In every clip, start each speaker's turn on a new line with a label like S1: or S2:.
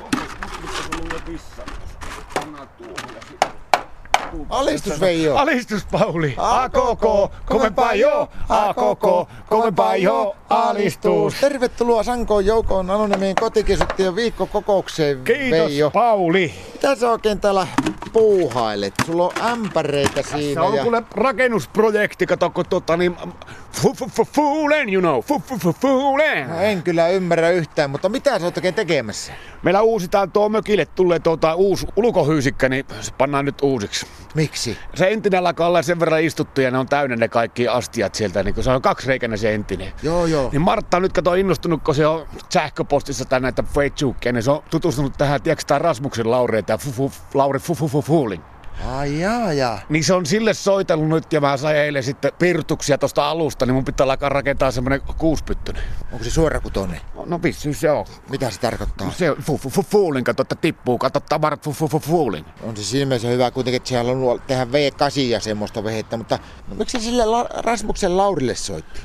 S1: Lopussa kun mulle pissa. Pannaan tuohon ja sitä.
S2: Alistus Veijo.
S3: Alistus Pauli. AKK, kovempaa jo. AKK, kovempaa jo. Alistus.
S2: Tervetuloa Sankoon joukoon Anonymien kotikysyttäjän viikkokokoukseen,
S3: Kiitos
S2: Veijo.
S3: Pauli.
S2: Mitä sä oikein täällä puuhailet? Sulla on ämpäreitä siinä.
S3: Se on
S2: ja...
S3: kuule rakennusprojekti, kato kun tota niin... Fu, fu, fu, fuulen, you know. Fu, fu, fu, fuulen.
S2: No, en kyllä ymmärrä yhtään, mutta mitä sä oot oikein tekemässä?
S3: Meillä uusitaan tuo mökille tulee tuota uusi ulkohyysikkä, niin se pannaan nyt uusiksi.
S2: Miksi?
S3: Se entinen alkaa olla sen verran istuttu ja ne on täynnä ne kaikki astiat sieltä, niin kun se on kaksireikäinen se entinen.
S2: Joo, joo.
S3: Niin Martta on nyt kato innostunut, kun se on sähköpostissa tai näitä Facebookia, niin se on tutustunut tähän, tiedätkö, tää Rasmuksen Laureen, tää fu, fu, Lauri fu, fu, fu, Fuulin.
S2: Ai jaa, jaa.
S3: Niin se on sille soitellut nyt ja mä sain eilen sitten piirtuksia tosta alusta, niin mun pitää alkaa rakentaa semmonen kuuspyttynen.
S2: Onko se suorakutoinen?
S3: No vissiin se on.
S2: Mitä se tarkoittaa?
S3: Se on fu, fu, fu, fuulin, kato, että tippuu, kato, tavarat fu, fu, fu, fuulin.
S2: On se siinä mielessä hyvä kuitenkin, että se halunnut tehdä V8 ja semmoista vehettä, mutta no, miksi se sille La- Rasmuksen Laurille soitti?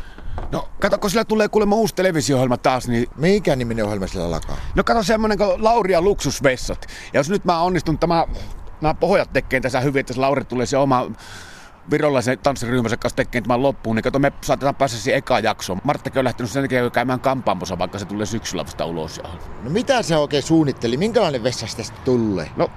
S3: No, kato, kun sillä tulee kuulemma uusi televisio-ohjelma taas, niin
S2: Mikä niminen ohjelma sillä alkaa?
S3: No kato semmonen kuin Lauri ja luksusvessat. Ja jos nyt mä onnistun tämä, nämä pohjat tekee tässä hyvin, että se Lauri tulee se oma virolaisen tanssiryhmänsä kanssa tekemään tämän loppuun, niin kato, me saatetaan päästä siihen ekaan jaksoon. Marttakin on lähtenyt sen takia käymään kampaamossa, vaikka se tulee syksyllä vasta ulos. Ja...
S2: No mitä se oikein suunnitteli? Minkälainen vessas tästä tulee?
S3: No,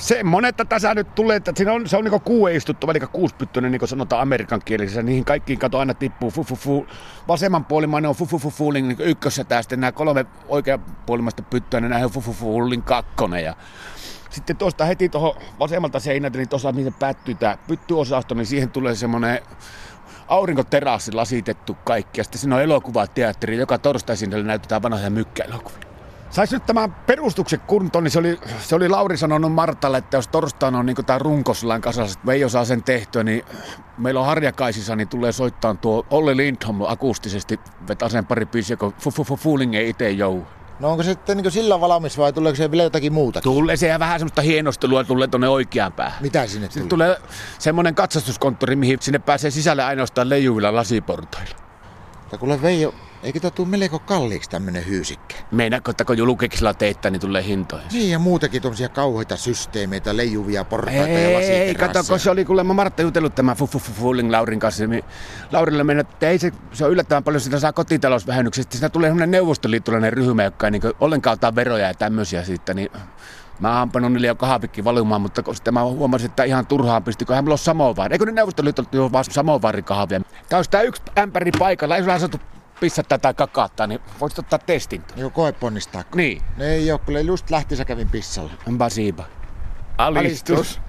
S3: semmonen, että tässä nyt tulee, että siinä on, se on niinku kuue istuttuva, eli kuuspyttyinen, niin kuin sanotaan amerikan kielisessä. Niihin kaikkiin kato aina tippuu fu, fu, fu. Vasemmanpuolimainen on fu, fu, fu, fuuling niin ykkössetä, ja sitten nämä kolme oikeanpuolimmaista pyttyä, niin näihin on fu, fu, fuuling kakkonen. Ja sitten tuosta heti tuohon vasemmalta seinältä, niin tuossa mihin päättyy tämä pyttyosasto, niin siihen tulee semmoinen aurinkoterassi lasitettu kaikki. Ja sitten siinä on elokuvateatteri, joka torstai sinne näytetään vanhoja mykkäelokuvia. Saisi nyt tämän perustuksen kuntoon, niin se oli, se oli Lauri sanonut Martalle, että jos torstaina on niin tämä runkoslain kasassa, että Veijo saa sen tehtyä, niin meillä on harjakaisissa, niin tulee soittaa tuo Olli Lindholm akustisesti, vetää sen pari biisiä, kun fu, fu, fu, Fooling ei itse jou.
S2: No onko se sitten niin sillä valmis vai tuleeko se vielä jotakin muuta?
S3: Tulee se ja vähän semmoista hienostelua tulee tuonne oikeaan päähän.
S2: Mitä sinne
S3: Sitten
S2: tuli?
S3: tulee semmoinen katsastuskonttori, mihin sinne pääsee sisälle ainoastaan leijuvilla lasiportailla.
S2: Mutta Kuule Veijo, eikö tämä tule melko kalliiksi tämmönen hyysikkä?
S3: Meinaatko, että kun julkiksella teettää, niin tulee hintoja?
S2: Niin ja muutenkin tuommoisia kauheita systeemeitä, leijuvia portaita ja
S3: Ei,
S2: lasiterasseja.
S3: kato, kun se oli kuulemma Martta jutellut tämän fu, fu, fu, Fooling Laurin kanssa. niin Laurilla meni, että ei se, se on yllättävän paljon, sitä saa kotitalousvähennyksestä. Siinä tulee semmoinen neuvostoliittolainen ryhmä, joka ei niin ollenkaan ota veroja ja tämmöisiä siitä, niin Mä oon ampanut niille jo kahvikki valumaan, mutta kun sitten mä huomasin, että ihan turhaan pistikö hän mulla on samovaari. Eikö ne neuvostoliitot juo vaan samovaarikahvia? Tää olisi tää yksi ämpäri paikalla, ei sulla saatu pissata tai kakata, niin voisit ottaa testin.
S2: Joo, koe ponnistaa.
S3: Niin,
S2: Ne ei oo, kyllä just lähti sä kävin pissalla.
S3: onpa siipa.
S2: Alistus.